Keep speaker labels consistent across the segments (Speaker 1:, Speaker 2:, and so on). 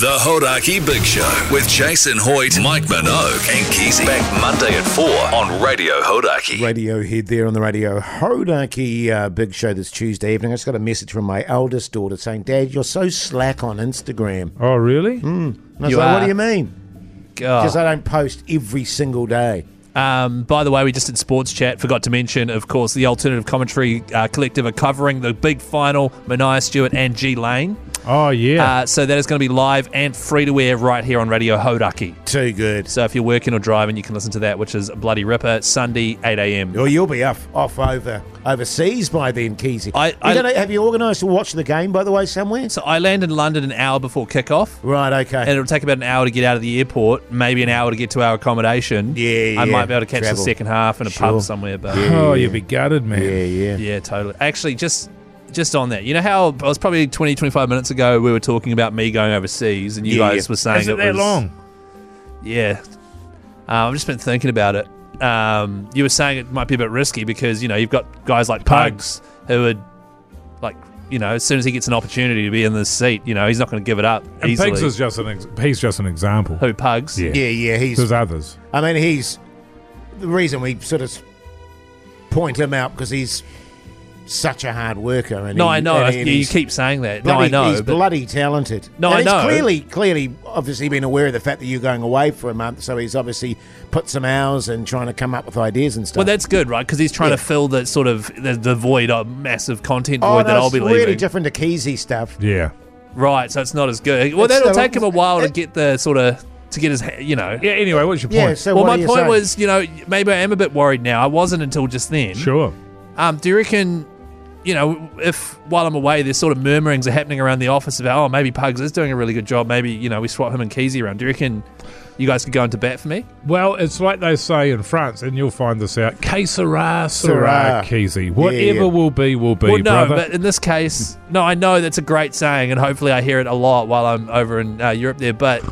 Speaker 1: The Hodaki Big Show with Jason Hoyt, Mike Minogue, and Keezy. Back Monday at 4 on Radio Hodaki.
Speaker 2: Radiohead there on the radio. Hodaki uh, big show this Tuesday evening. I just got a message from my eldest daughter saying, Dad, you're so slack on Instagram.
Speaker 3: Oh, really?
Speaker 2: And I was
Speaker 4: You
Speaker 2: like, what
Speaker 4: are.
Speaker 2: do you mean?
Speaker 4: God.
Speaker 2: Because I don't post every single day.
Speaker 4: Um, by the way, we just did sports chat. Forgot to mention, of course, the alternative commentary uh, collective are covering the big final. Mania Stewart and G Lane.
Speaker 3: Oh, yeah.
Speaker 4: Uh, so that is going to be live and free to wear right here on Radio Hodaki.
Speaker 2: Too good.
Speaker 4: So if you're working or driving, you can listen to that, which is Bloody Ripper Sunday, 8 a.m.
Speaker 2: Or you'll be off, off over overseas by then, Keezy.
Speaker 4: I-
Speaker 2: You
Speaker 4: I-
Speaker 2: gonna- have you organised to watch the game, by the way, somewhere?
Speaker 4: So I land in London an hour before kickoff.
Speaker 2: Right, okay.
Speaker 4: And it'll take about an hour to get out of the airport, maybe an hour to get to our accommodation.
Speaker 2: Yeah, yeah.
Speaker 4: I might be able to catch
Speaker 2: Travel.
Speaker 4: the second half in a
Speaker 2: Sure.
Speaker 4: pub somewhere, but
Speaker 3: oh, you'd be gutted, man.
Speaker 2: yeah, yeah.
Speaker 4: Yeah, totally. Actually, just just on that, you know how it was probably 20, 25 minutes ago we were talking about me going overseas, and you
Speaker 2: Yeah,
Speaker 4: guys
Speaker 2: yeah.
Speaker 4: were saying
Speaker 3: Is it
Speaker 4: it
Speaker 3: that
Speaker 4: was
Speaker 3: long?
Speaker 4: Yeah, uh, I've just been thinking about it. Um, you were saying it might be a bit risky because you know you've got guys like Pugs who would like you know as soon as he gets an opportunity to be in this seat, you know he's not going to give it up
Speaker 3: And
Speaker 4: easily.
Speaker 3: Pigs is just an ex- he's just an example.
Speaker 4: who Pugs?
Speaker 3: Yeah.
Speaker 2: Yeah, yeah. He's.
Speaker 3: There's others.
Speaker 2: I mean, he's the reason we sort of point him out because he's such a hard worker. And
Speaker 4: No,
Speaker 2: he-
Speaker 4: I know.
Speaker 2: and
Speaker 4: You,
Speaker 2: he-
Speaker 4: you
Speaker 2: he's
Speaker 4: keep saying that.
Speaker 2: bloody,
Speaker 4: no, I know.
Speaker 2: He's
Speaker 4: but-
Speaker 2: bloody talented.
Speaker 4: No,
Speaker 2: and
Speaker 4: I
Speaker 2: he's
Speaker 4: know.
Speaker 2: Clearly, clearly, obviously been aware of the fact that you're going away for a month, so he's obviously put some hours and trying to come up with ideas and stuff.
Speaker 4: Well, that's good, right? Because he's trying
Speaker 2: Yeah.
Speaker 4: to fill the sort of the, the void, uh, massive content
Speaker 2: oh,
Speaker 4: void
Speaker 2: no,
Speaker 4: that I'll
Speaker 2: it's
Speaker 4: be
Speaker 2: really
Speaker 4: leaving.
Speaker 2: different to Keezy stuff.
Speaker 3: Yeah.
Speaker 4: right, so it's not as good. Well,
Speaker 2: It's
Speaker 4: that'll
Speaker 2: still-
Speaker 4: take him a while to
Speaker 2: it-
Speaker 4: get the sort of to get his, ha- you know.
Speaker 3: Yeah, anyway, what's your point?
Speaker 2: Yeah. So
Speaker 4: well,
Speaker 2: what
Speaker 4: my
Speaker 2: are you
Speaker 4: point
Speaker 2: saying?
Speaker 4: was, you know, maybe I am a bit worried now. I wasn't until just then.
Speaker 3: sure.
Speaker 4: Um, do you reckon, you know, if while I'm away, there's sort of murmurings are happening around the office about, oh, maybe Pugs is doing a really good job. Maybe you know we swap him and Keezy around. Do you reckon you guys could go into bat for me?
Speaker 3: Well, it's like they say in France, and you'll find this out. Que sera,
Speaker 2: Sera.
Speaker 3: sera, Keezy. Whatever
Speaker 2: yeah.
Speaker 3: will be, will be,
Speaker 4: Well, no,
Speaker 3: brother.
Speaker 4: but in this case, no, I know that's a great saying, and hopefully I hear it a lot while I'm over in uh, Europe there. But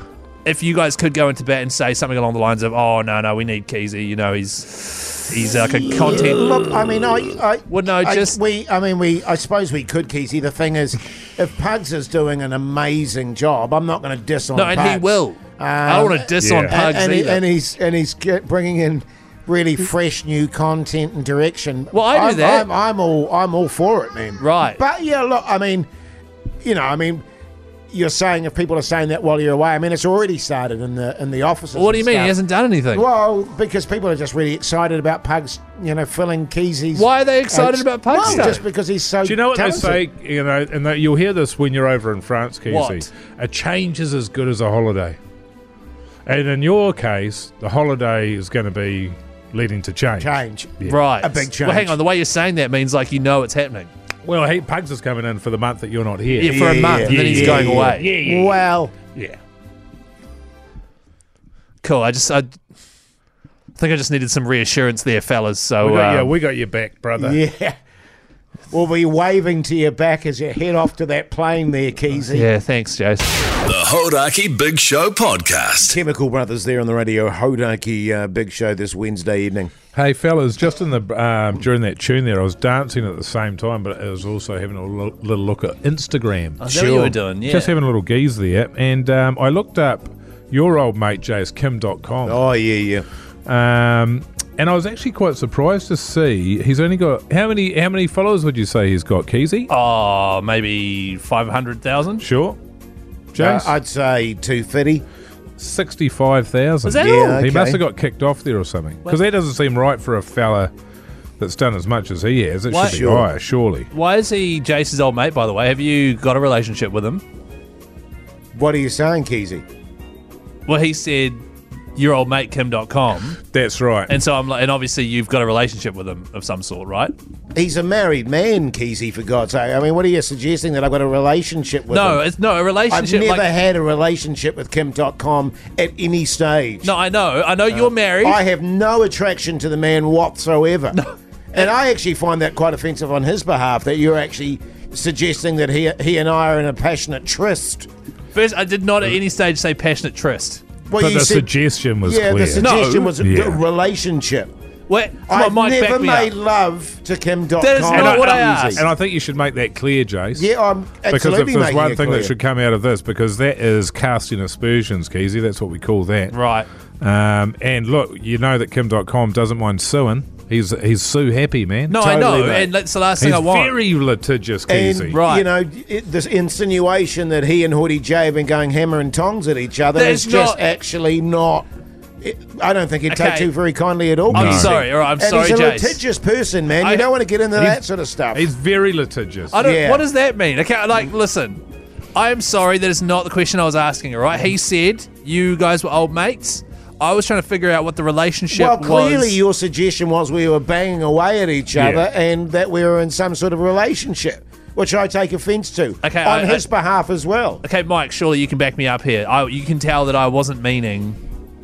Speaker 4: if you guys could go into bat and say something along the lines of, "Oh no, no, we need Keezy," you know, he's he's like a content.
Speaker 2: Look, I mean, I, I
Speaker 4: Well, no,
Speaker 2: I-
Speaker 4: just-
Speaker 2: we. I mean, we. I suppose we could, Keezy. The thing is, if Pugs is doing an amazing job, I'm not going to diss on.
Speaker 4: No, and he
Speaker 2: Pugs.
Speaker 4: will. I don't want to diss
Speaker 3: yeah.
Speaker 4: on
Speaker 3: And-
Speaker 4: Pugs
Speaker 2: and, and, he,
Speaker 4: either.
Speaker 2: and he's and he's get, bringing in really fresh new content and direction.
Speaker 4: Well, I do
Speaker 2: I'm,
Speaker 4: that.
Speaker 2: I'm, I'm all I'm all for it, man.
Speaker 4: Right.
Speaker 2: But yeah, look, I mean, you know, I mean, you're saying if people are saying that while you're away, I mean, it's already started in the in the offices.
Speaker 4: what do you
Speaker 2: and
Speaker 4: mean?
Speaker 2: stuff.
Speaker 4: He hasn't done anything.
Speaker 2: Well, because people are just really excited about Pugs, you know, filling Keezy's.
Speaker 4: Why are they excited about Pugs,
Speaker 2: Well,
Speaker 4: though?
Speaker 2: just because he's so.
Speaker 3: Do you know what
Speaker 2: talented.
Speaker 3: they say? You know, and that you'll hear this when you're over in France, Keezy.
Speaker 4: What?
Speaker 3: A change is as good as a holiday. And in your case, the holiday is going to be leading to change.
Speaker 2: Change.
Speaker 4: Right.
Speaker 2: A big
Speaker 4: Well, hang
Speaker 2: change.
Speaker 4: on. The way you're saying that means like you know it's happening.
Speaker 3: Well, he, Pugs is coming in for the month that you're not here.
Speaker 4: Yeah, for a
Speaker 2: yeah,
Speaker 4: month,
Speaker 2: yeah.
Speaker 4: and then he's
Speaker 3: Yeah,
Speaker 4: going
Speaker 3: yeah,
Speaker 4: away.
Speaker 3: Yeah, yeah, yeah.
Speaker 2: Well,
Speaker 3: yeah.
Speaker 4: Cool. I just I think I just needed some reassurance there, fellas. So
Speaker 3: We got, yeah,
Speaker 4: um,
Speaker 3: we got your back, brother.
Speaker 2: yeah. We'll be waving to your back as you head off to that plane there, Keezy.
Speaker 4: yeah, thanks, Jace.
Speaker 1: The Hodaki Big Show podcast.
Speaker 2: Chemical Brothers there on the radio, Hodaki uh, Big Show this Wednesday evening.
Speaker 3: Hey, fellas, just in the um, during that tune there, I was dancing at the same time, but I was also having a lo- little look at Instagram.
Speaker 4: I know Oh, what you were doing. Yeah.
Speaker 3: Just having a little geeze there. And um, I looked up your old mate, jaskim.com.
Speaker 2: Oh, yeah, yeah.
Speaker 3: Um, and I was actually quite surprised to see he's only got how many how many followers would you say he's got, Keezy?
Speaker 4: Oh, maybe five hundred thousand.
Speaker 3: Sure. Jace?
Speaker 2: Uh, I'd say 250.
Speaker 3: 65,000.
Speaker 4: Is that Yeah, all?
Speaker 2: okay.
Speaker 3: He must have got kicked off there or something. Because that doesn't seem right for a fella that's done as much as he has. It
Speaker 4: Why-
Speaker 3: should be
Speaker 2: Sure.
Speaker 3: higher, surely.
Speaker 4: Why is he Jace's old mate? By the way, have you got a relationship with him?
Speaker 2: What are you saying, Keezy?
Speaker 4: Well, he said your old mate Kim.com.
Speaker 3: That's right.
Speaker 4: and so I'm like, and obviously you've got a relationship with him of some sort, right?
Speaker 2: He's a married man, Keezy, for God's sake. I mean, what are you suggesting that I've got a relationship with
Speaker 4: No,
Speaker 2: him?
Speaker 4: it's no a
Speaker 2: I've
Speaker 4: relationship.
Speaker 2: never
Speaker 4: like,
Speaker 2: had a relationship with Kim.com at any stage.
Speaker 4: no, I know, I know you're married.
Speaker 2: Uh, I have no attraction to the man whatsoever. And I actually find that quite offensive on his behalf that you're actually suggesting that he, he and I are in a passionate tryst.
Speaker 4: First, I did not at any stage say passionate tryst.
Speaker 2: Well,
Speaker 3: but the suggestion was
Speaker 2: yeah,
Speaker 3: clear.
Speaker 2: the suggestion was a
Speaker 3: Yeah.
Speaker 2: relationship.
Speaker 4: Wait, come
Speaker 2: I've
Speaker 4: on, Mike,
Speaker 2: never
Speaker 4: back me
Speaker 2: made
Speaker 4: up.
Speaker 2: love to Kim.com.
Speaker 4: That is not
Speaker 3: what
Speaker 4: I asked.
Speaker 3: And I think you should make that clear, Jace.
Speaker 2: yeah, I'm
Speaker 3: Because if
Speaker 2: absolutely
Speaker 3: there's
Speaker 2: making
Speaker 3: one
Speaker 2: it
Speaker 3: thing
Speaker 2: clear.
Speaker 3: that should come out of this, because that is casting aspersions, Keezy, that's what we call that.
Speaker 4: Right.
Speaker 3: Um, and look, you know that Kim.com doesn't mind suing. He's he's sue happy, man.
Speaker 4: No, I
Speaker 2: Totally
Speaker 4: know,
Speaker 2: right.
Speaker 4: and that's the last
Speaker 3: He's
Speaker 4: thing I want.
Speaker 3: very litigious,
Speaker 2: and
Speaker 3: Keezy.
Speaker 4: Right.
Speaker 2: you know it, this insinuation that he and Hoodie J have been going hammer and tongs at each other
Speaker 4: That
Speaker 2: is
Speaker 4: is
Speaker 2: just
Speaker 4: not-
Speaker 2: actually not. It, I don't think he'd take
Speaker 4: Okay.
Speaker 2: to very kindly at all.
Speaker 4: I'm
Speaker 2: Keezy.
Speaker 4: sorry, all right, I'm
Speaker 2: and
Speaker 4: sorry,
Speaker 2: he's a
Speaker 4: Jace.
Speaker 2: litigious person, man. You
Speaker 4: I-
Speaker 2: don't want to get into
Speaker 3: He's-
Speaker 2: that sort of stuff.
Speaker 3: He's very litigious.
Speaker 4: I don't.
Speaker 2: Yeah.
Speaker 4: What does that mean? Okay, like, listen. I am sorry. That is not the question I was asking. All right. He said you guys were old mates. I was trying to figure out what the relationship
Speaker 2: Well, clearly
Speaker 4: was.
Speaker 2: your suggestion was we were banging away at each
Speaker 3: Yeah.
Speaker 2: other and that we were in some sort of relationship, which I take offence to
Speaker 4: Okay,
Speaker 2: on
Speaker 4: I-
Speaker 2: his
Speaker 4: I-
Speaker 2: behalf as well.
Speaker 4: okay, Mike. Surely you can back me up here. I, you can tell that I wasn't meaning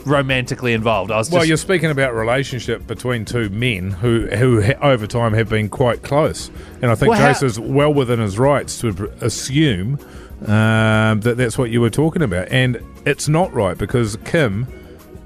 Speaker 4: romantically involved. I was
Speaker 3: well,
Speaker 4: just
Speaker 3: you're speaking about relationship between two men who who ha- over time have been quite close, and I think
Speaker 4: Well, how-
Speaker 3: Jace is well within his rights to pr- assume um, that that's what you were talking about, and it's not right because Kim,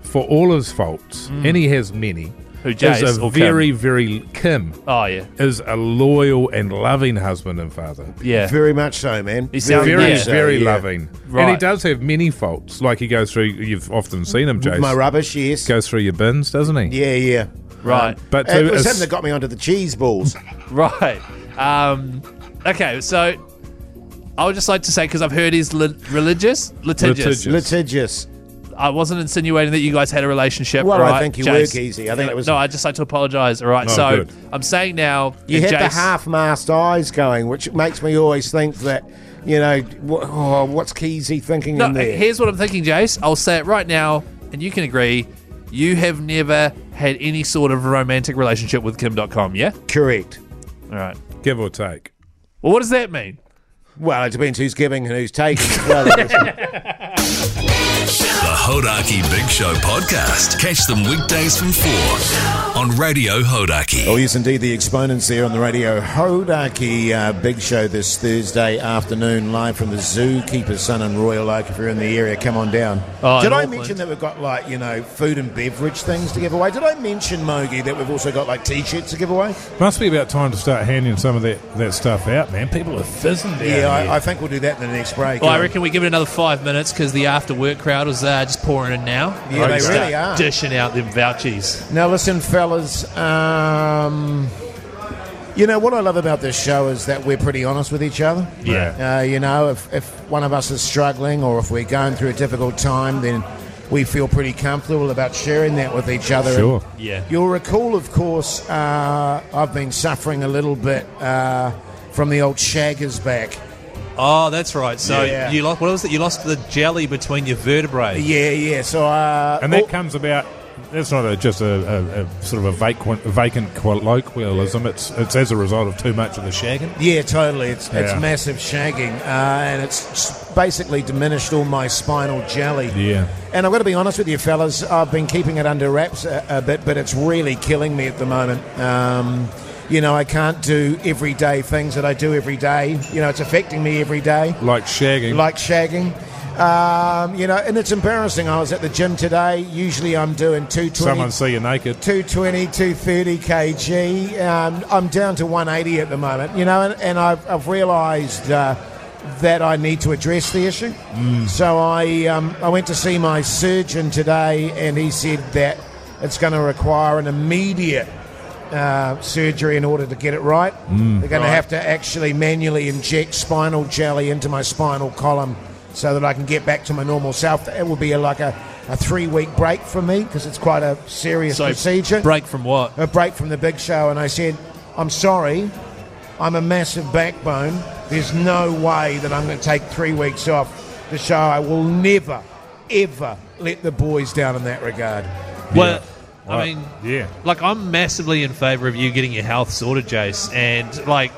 Speaker 3: for all his faults, and he has many,
Speaker 4: Mm. Who, Jace
Speaker 3: is a
Speaker 4: or Kim?
Speaker 3: very very Kim
Speaker 4: Oh yeah.
Speaker 3: is a loyal and loving husband and father.
Speaker 4: Yeah.
Speaker 2: Very much so, man.
Speaker 4: He sounds
Speaker 3: Very,
Speaker 4: Yeah.
Speaker 2: so,
Speaker 3: very
Speaker 2: yeah.
Speaker 3: loving, and he
Speaker 4: Right.
Speaker 3: does have many faults. Like he goes through, you've often seen him, Jace.
Speaker 2: My rubbish, yes.
Speaker 3: goes through your bins, doesn't he?
Speaker 2: Yeah, yeah.
Speaker 4: Right.
Speaker 3: But to
Speaker 2: it was
Speaker 3: as-
Speaker 2: him that got me onto the cheese balls.
Speaker 4: Right. Um, okay, so I would just like to say because I've heard he's li- religious,
Speaker 3: Litigious.
Speaker 4: litigious.
Speaker 2: Litigious.
Speaker 4: I wasn't insinuating that you guys had a relationship.
Speaker 2: Well, I
Speaker 4: right,
Speaker 2: think you
Speaker 4: Jace?
Speaker 2: were, Keezy. I think it was-
Speaker 4: No, I would just like to apologise. All right,
Speaker 3: No,
Speaker 4: so
Speaker 3: good.
Speaker 4: I'm saying now,
Speaker 2: You
Speaker 4: that
Speaker 2: had the
Speaker 4: Jace-
Speaker 2: half-mast eyes going, which makes me always think that, you know, wh- oh, what's Keezy thinking
Speaker 4: No,
Speaker 2: in there?
Speaker 4: here's what I'm thinking, Jace. I'll say it right now, and you can agree. You have never had any sort of romantic relationship with Kim.com, yeah?
Speaker 2: Correct.
Speaker 4: All right.
Speaker 3: give or take.
Speaker 4: Well, what does that mean?
Speaker 2: Well, it depends who's giving and who's taking. Well,
Speaker 1: The Hodaki Big Show podcast. Catch them weekdays from 4 on Radio Hodaki.
Speaker 2: Oh, yes, indeed. The exponents there on the radio. Hodaki uh, Big Show this Thursday afternoon, live from the Zookeeper's Sun in Royal Oak. If you're in the area, come on down.
Speaker 4: Oh,
Speaker 2: Did
Speaker 4: in
Speaker 2: I
Speaker 4: Auckland.
Speaker 2: mention that we've got, like, you know, food and beverage things to give away? Did I mention, Mogi, that we've also got, like, t shirts to give away?
Speaker 3: Must be about time to start handing some of that, that stuff out, man. People are fizzing down
Speaker 2: Yeah,
Speaker 3: here.
Speaker 2: I, I think we'll do that in the next break.
Speaker 4: Well, I
Speaker 2: Um,
Speaker 4: reckon we give it another five minutes because the after work crowd is uh, just pouring in now.
Speaker 2: Yeah, they
Speaker 4: Start
Speaker 2: really are.
Speaker 4: Dishing out them vouchies.
Speaker 2: Now, listen, fellas. Um, you know what I love about this show is that we're pretty honest with each other.
Speaker 3: Yeah.
Speaker 2: Uh, you know, if, if one of us is struggling or if we're going through a difficult time, then we feel pretty comfortable about sharing that with each other.
Speaker 3: Sure.
Speaker 2: And
Speaker 4: Yeah.
Speaker 2: You'll recall, of course, uh, I've been suffering a little bit uh, from the old shaggers back.
Speaker 5: Oh, that's right. So
Speaker 2: Yeah.
Speaker 5: you lost. What was it? You lost the jelly between your vertebrae.
Speaker 2: Yeah, yeah. So, uh,
Speaker 3: and that
Speaker 2: oh,
Speaker 3: comes about. That's not a, just a, a, a sort of a vacant, vacant colloquialism. It's it's as a result of too much of the shagging.
Speaker 2: Yeah, totally. It's
Speaker 3: Yeah.
Speaker 2: it's massive shagging, uh, and it's s- basically diminished all my spinal jelly.
Speaker 3: Yeah.
Speaker 2: And I've got to be honest with you, fellas. I've been keeping it under wraps a, a bit, but it's really killing me at the moment. Um, you know, I can't do everyday things that I do every day. You know, it's affecting me every day
Speaker 3: Like shagging.
Speaker 2: like shagging. Um, you know, and it's embarrassing. I was at the gym today. Usually I'm doing 220,
Speaker 3: Someone see you naked.
Speaker 2: 220 230 kg. Um, I'm down to 180 at the moment, you know, and, and I've, I've realised uh, that I need to address the issue. So I, um, I went to see my surgeon today, and he said that it's going to require an immediate uh, surgery in order to get it right.
Speaker 4: Mm.
Speaker 2: They're going to have to actually manually inject spinal jelly into my spinal column so that I can get back to my normal self. It will be a, like a, a three week break for me because it's quite a serious
Speaker 4: So,
Speaker 2: procedure.
Speaker 4: Break from what?
Speaker 2: a break from the big show, and I said, I'm sorry, I'm a massive backbone. There's no way that I'm going to take three weeks off the show. I will never, ever let the boys down in that regard.
Speaker 5: Well, I
Speaker 3: Right.
Speaker 5: mean,
Speaker 3: yeah.
Speaker 5: like I'm massively in favour of you getting your health sorted, Jace. And like,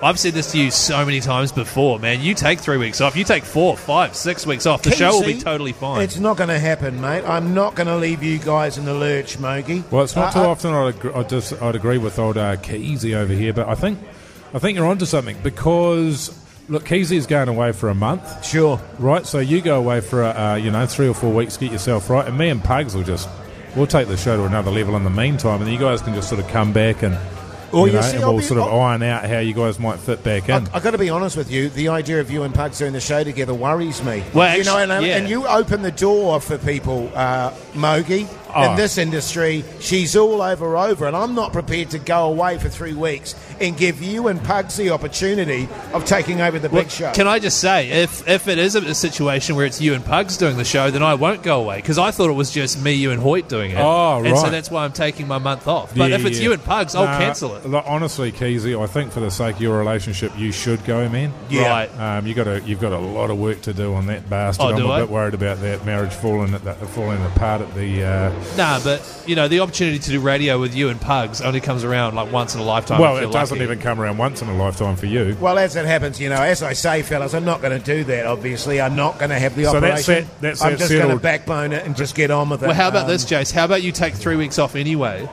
Speaker 5: I've said this to you so many times before, man. You take three weeks off. You take four, five, six weeks off. The show will be
Speaker 2: Keezy,
Speaker 5: totally fine.
Speaker 2: It's not going to happen, mate. I'm not going to leave you guys in the lurch, Mogi. Uh,
Speaker 3: Well, it's not
Speaker 2: I-
Speaker 3: too
Speaker 2: I-
Speaker 3: often I'd agree, I'd, dis, I'd agree with old uh, Keezy over here, but I think I think you're onto something because look, Keezy's going away for a month.
Speaker 2: Sure.
Speaker 3: uh, Right, so you go away for uh, you know three or four weeks, get yourself right, and me and Pugs will just we'll take the show to another level in the meantime, and you guys can just sort of come back and
Speaker 2: Or
Speaker 3: you
Speaker 2: you
Speaker 3: know,
Speaker 2: see,
Speaker 3: and
Speaker 2: I'll
Speaker 3: we'll
Speaker 2: be-
Speaker 3: sort of
Speaker 2: I'll-
Speaker 3: iron out how you guys might fit back in.
Speaker 2: I, I got to be honest with you. The idea of you and Pugs doing the show together worries me.
Speaker 5: Well,
Speaker 2: you know, and,
Speaker 5: actually, yeah.
Speaker 2: and you open the door for people, uh, Mogi.
Speaker 3: Oh.
Speaker 2: In this industry, she's all over over, and I'm not prepared to go away for three weeks and give you and Pugs the opportunity of taking over the
Speaker 5: Well,
Speaker 2: big show.
Speaker 5: Can I just say, if if it is a, a situation where it's you and Pugs doing the show, then I won't go away because I thought it was just me, you, and Hoyt doing it.
Speaker 3: Oh,
Speaker 5: And so
Speaker 3: right.
Speaker 5: that's why I'm taking my month off. But
Speaker 3: Yeah,
Speaker 5: if it's
Speaker 3: yeah.
Speaker 5: you and Pugs, I'll
Speaker 3: Nah,
Speaker 5: cancel it.
Speaker 3: look, honestly, Keezy, I think for the sake of your relationship, you should go, man.
Speaker 5: Yeah. Right.
Speaker 3: Um, you got a, you've got a lot of work to do on that bastard.
Speaker 5: Oh,
Speaker 3: I'm
Speaker 5: do
Speaker 3: a
Speaker 5: I?
Speaker 3: bit worried about that marriage falling at the, falling apart at the. Uh,
Speaker 5: Nah, but you know the opportunity to do radio with you and Pugs only comes around like once in a lifetime.
Speaker 3: well,
Speaker 5: if
Speaker 3: it
Speaker 5: you're
Speaker 3: doesn't
Speaker 5: lucky.
Speaker 3: even come around once in a lifetime for you.
Speaker 2: well, as it happens, you know, as I say, fellas, I'm not going to do that. Obviously, I'm not going to have the
Speaker 3: So
Speaker 2: operation.
Speaker 3: that's it. That's
Speaker 2: I'm
Speaker 3: it
Speaker 2: just going to
Speaker 3: settled.
Speaker 2: backbone it and just get on with it.
Speaker 5: Well, how about
Speaker 2: Um,
Speaker 5: this, Jace? How about you take three weeks off anyway,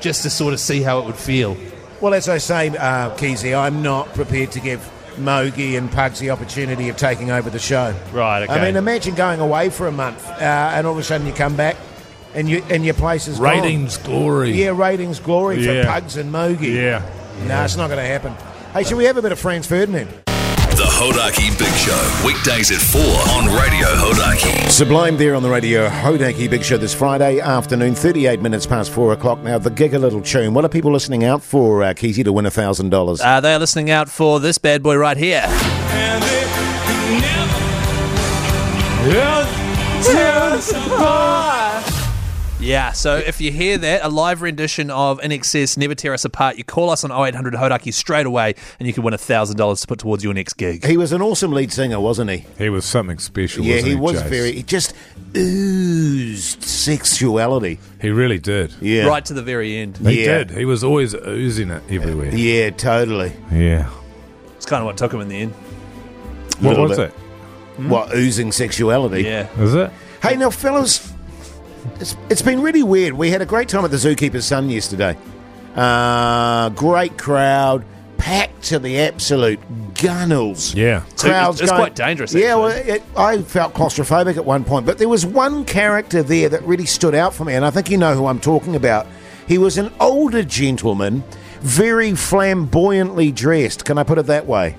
Speaker 5: just to sort of see how it would feel?
Speaker 2: Well, as I say, uh, Keezy, I'm not prepared to give Mogi and Pugs the opportunity of taking over the show.
Speaker 5: Right, okay.
Speaker 2: I mean, imagine going away for a month, uh, and all of a sudden you come back, and you and your place is gone.
Speaker 3: glory.
Speaker 2: Yeah, ratings glory
Speaker 3: Yeah.
Speaker 2: for Pugs and Mogi.
Speaker 3: Yeah.
Speaker 2: No, it's not going to happen. Hey, should we have a bit of Franz Ferdinand?
Speaker 1: The Hodaki Big Show, weekdays at 4 on Radio Hodaki.
Speaker 2: Sublime there on the radio, Hodaki Big Show this Friday afternoon, 38 minutes past 4 o'clock. Now, the gig a little tune. What are people listening out for, uh, Keezy, to win $1,000?
Speaker 4: Uh, they are listening out for this bad boy right here. Yeah, so if you hear that, a live rendition of In Excess Never Tear Us Apart, you call us on 0800 Hodaki straight away and you can win $1,000 to put towards your next gig.
Speaker 2: he was an awesome lead singer, wasn't he?
Speaker 3: He was something special.
Speaker 2: Yeah,
Speaker 3: wasn't
Speaker 2: he was
Speaker 3: Jace?
Speaker 2: very. He just oozed sexuality.
Speaker 3: He really did.
Speaker 2: Yeah,
Speaker 4: Right to the very end.
Speaker 3: He
Speaker 2: Yeah.
Speaker 3: did. He was always oozing it everywhere.
Speaker 2: Yeah, totally.
Speaker 3: Yeah.
Speaker 4: It's kind of what took him in the end.
Speaker 3: What
Speaker 2: Little
Speaker 3: was
Speaker 2: bit.
Speaker 3: it?
Speaker 2: What oozing sexuality?
Speaker 4: Hmm. Yeah.
Speaker 3: Is it?
Speaker 2: Hey, now, fellas, it's, it's been really weird. We had a great time at the Zookeeper's Son yesterday. Uh, great crowd, packed to the absolute gunnels.
Speaker 3: Yeah.
Speaker 4: it's-
Speaker 2: Crowds
Speaker 4: it's
Speaker 2: going-
Speaker 4: quite dangerous,
Speaker 2: Yeah, well,
Speaker 4: actually.
Speaker 2: it, I felt claustrophobic at one point, but there was one character there that really stood out for me, and I think you know who I'm talking about. He was an older gentleman, very flamboyantly dressed. Can I put it that way?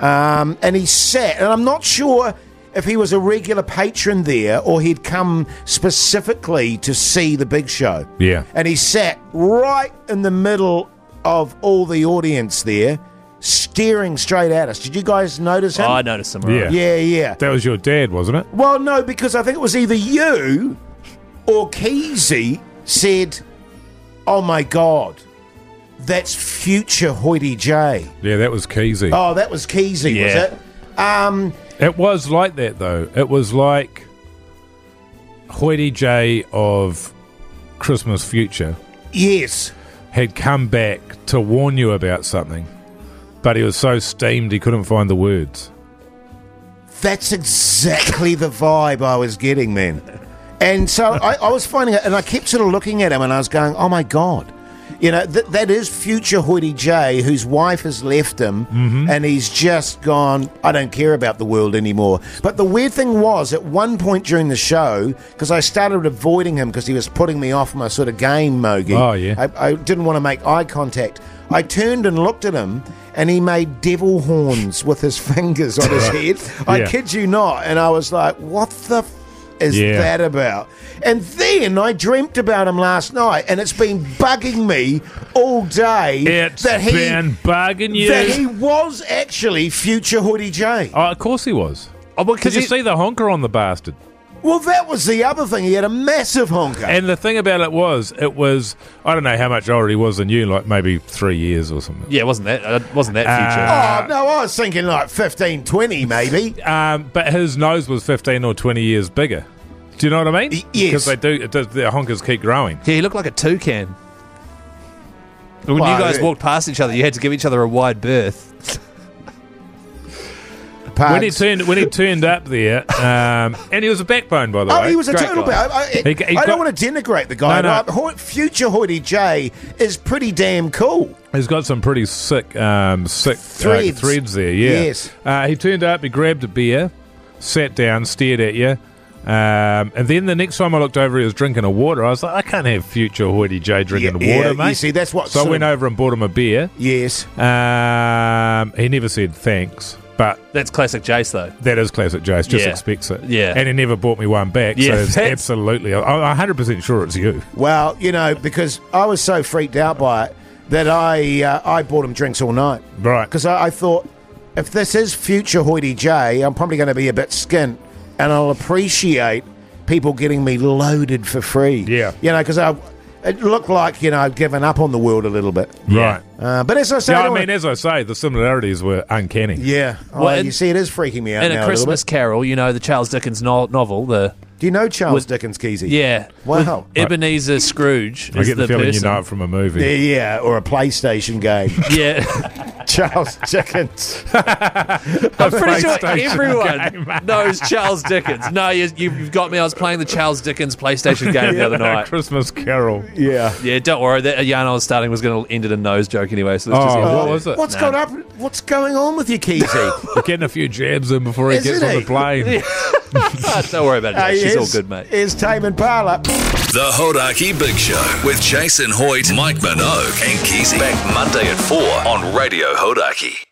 Speaker 2: Um, and he sat, and I'm not sure if he was a regular patron there or he'd come specifically to see the big show.
Speaker 3: Yeah.
Speaker 2: And he sat right in the middle of all the audience there, staring straight at us. Did you guys notice him?
Speaker 4: Oh, I noticed him.
Speaker 3: Yeah.
Speaker 2: Yeah, yeah.
Speaker 3: That was your dad, wasn't it?
Speaker 2: Well, no, because I think it was either you or Keezy said, Oh my God, that's future Hoity J.
Speaker 3: Yeah, that was Keezy.
Speaker 2: Oh, that was Keezy,
Speaker 4: Yeah.
Speaker 2: was it? Um,
Speaker 3: It was like that though. It was like Hoity J of Christmas Future
Speaker 2: yes.
Speaker 3: had come back to warn you about something, but he was so steamed he couldn't find the words.
Speaker 2: That's exactly the vibe I was getting then. And so I, I was finding it, and I kept sort of looking at him, and I was going, oh my God. You know, th- that is future Hoity J, whose wife has left him,
Speaker 3: Mm-hmm.
Speaker 2: and he's just gone, I don't care about the world anymore. But the weird thing was, at one point during the show, because I started avoiding him because he was putting me off my sort of game, Mogi.
Speaker 3: Oh, yeah.
Speaker 2: I, I didn't want to make eye contact. I turned and looked at him, and he made devil horns with his fingers on his head. I
Speaker 3: Yeah.
Speaker 2: kid you not. And I was like, what the f- is
Speaker 3: Yeah.
Speaker 2: that about? And then I dreamt about him last night, and it's been bugging me all day
Speaker 3: It's
Speaker 2: that he
Speaker 3: been bugging you.
Speaker 2: that he was actually future Hoodie J.
Speaker 3: oh, of course he was.
Speaker 4: Oh, well, 'cause
Speaker 3: Did you
Speaker 4: he-
Speaker 3: see the honker on the bastard?
Speaker 2: Well, that was the other thing. He had a massive honker.
Speaker 3: And the thing about it was, it was I don't know how much older he was than you, like maybe three years or something.
Speaker 4: Yeah, it wasn't that. It wasn't that
Speaker 2: oh,
Speaker 4: future.
Speaker 2: no, I was thinking like 15, 20 maybe.
Speaker 3: Um, but his nose was 15 or 20 years bigger. Do you know what I mean?
Speaker 2: Y- yes.
Speaker 3: Because they do, it does, their honkers keep growing.
Speaker 4: Yeah, he looked like a toucan. When
Speaker 2: Well,
Speaker 4: you guys
Speaker 2: it-
Speaker 4: walked past each other, you had to give each other a wide berth.
Speaker 3: When he
Speaker 2: Pugs.
Speaker 3: turned, when he turned up there, um, and he was a backbone, by the
Speaker 2: Oh,
Speaker 3: way.
Speaker 2: he was a
Speaker 4: Great
Speaker 2: total.
Speaker 4: guy.
Speaker 2: ba- I, I,
Speaker 3: He g- he
Speaker 2: I don't
Speaker 3: got-
Speaker 2: want to denigrate the guy.
Speaker 3: No, no.
Speaker 2: but Ho- future Hoity J is pretty damn cool.
Speaker 3: He's got some pretty sick, um, sick
Speaker 2: Threads.
Speaker 3: Uh, threads there. Yeah.
Speaker 2: Yes.
Speaker 3: Uh, he turned up. He grabbed a beer, sat down, stared at you, Um, and then the next time I looked over, he was drinking a water. I was like, I can't have future Hoity J drinking
Speaker 2: Yeah,
Speaker 3: water,
Speaker 2: yeah,
Speaker 3: mate.
Speaker 2: You see, that's what.
Speaker 3: so I
Speaker 2: sort
Speaker 3: went
Speaker 2: of-
Speaker 3: over and bought him a beer.
Speaker 2: Yes.
Speaker 3: Um, he never said thanks, but
Speaker 4: That's classic Jace though.
Speaker 3: that is classic Jace. Just
Speaker 4: Yeah.
Speaker 3: expects it.
Speaker 4: Yeah.
Speaker 3: And he never bought me one back.
Speaker 4: Yeah,
Speaker 3: so it's
Speaker 4: that's-
Speaker 3: absolutely. I- I'm 100% sure it's you.
Speaker 2: Well, you know, because I was so freaked out by it that I uh, I bought him drinks all night.
Speaker 3: Right.
Speaker 2: Because I, I thought, if this is future Hoity J, I'm probably going to be a bit skint, and I'll appreciate people getting me loaded for free.
Speaker 3: Yeah.
Speaker 2: You know, because I. It looked like you know I'd given up on the world a little bit,
Speaker 3: Right.
Speaker 2: uh, but as I say,
Speaker 3: Yeah, I
Speaker 2: don't
Speaker 3: mean,
Speaker 2: wanna-
Speaker 3: as I say, the similarities were uncanny.
Speaker 2: yeah, Oh,
Speaker 4: Well,
Speaker 2: you
Speaker 4: and-
Speaker 2: see, it is freaking me out
Speaker 4: And
Speaker 2: now
Speaker 4: a
Speaker 2: a little
Speaker 4: Christmas
Speaker 2: bit.
Speaker 4: Carol, you know, the Charles Dickens no- novel, the
Speaker 2: Do you know Charles
Speaker 4: was-
Speaker 2: Dickens Keezy?
Speaker 4: yeah,
Speaker 2: Wow.
Speaker 4: with Ebenezer Scrooge.
Speaker 3: I
Speaker 4: is
Speaker 3: get the,
Speaker 4: the
Speaker 3: feeling
Speaker 4: person.
Speaker 3: you know it from a movie.
Speaker 2: yeah, yeah, or a PlayStation game.
Speaker 4: Yeah,
Speaker 2: Charles Dickens.
Speaker 4: I'm pretty sure
Speaker 3: PlayStation
Speaker 4: everyone knows Charles Dickens. No, you, you- you've got me. I was playing the Charles Dickens PlayStation game the other night.
Speaker 3: Christmas Carol.
Speaker 2: Yeah.
Speaker 4: Yeah, don't worry. That yarn I was starting was going to end in a nose joke anyway. So let's just
Speaker 3: Oh,
Speaker 4: end it
Speaker 3: what
Speaker 4: there.
Speaker 3: was it?
Speaker 2: What's going up? What's going on with you, Keezy?
Speaker 3: We're getting a few jabs in before he
Speaker 2: Isn't
Speaker 3: gets on
Speaker 2: he?
Speaker 3: the plane.
Speaker 4: Ah, don't worry about it.
Speaker 2: Uh,
Speaker 4: Jake. She's all
Speaker 2: here's-
Speaker 4: good, mate.
Speaker 2: Here's Tame Impala.
Speaker 1: The Hodaki Big Show with Jason Hoyt, Mike Minogue, and Keezy. Back Monday at 4 on Radio Hodaki.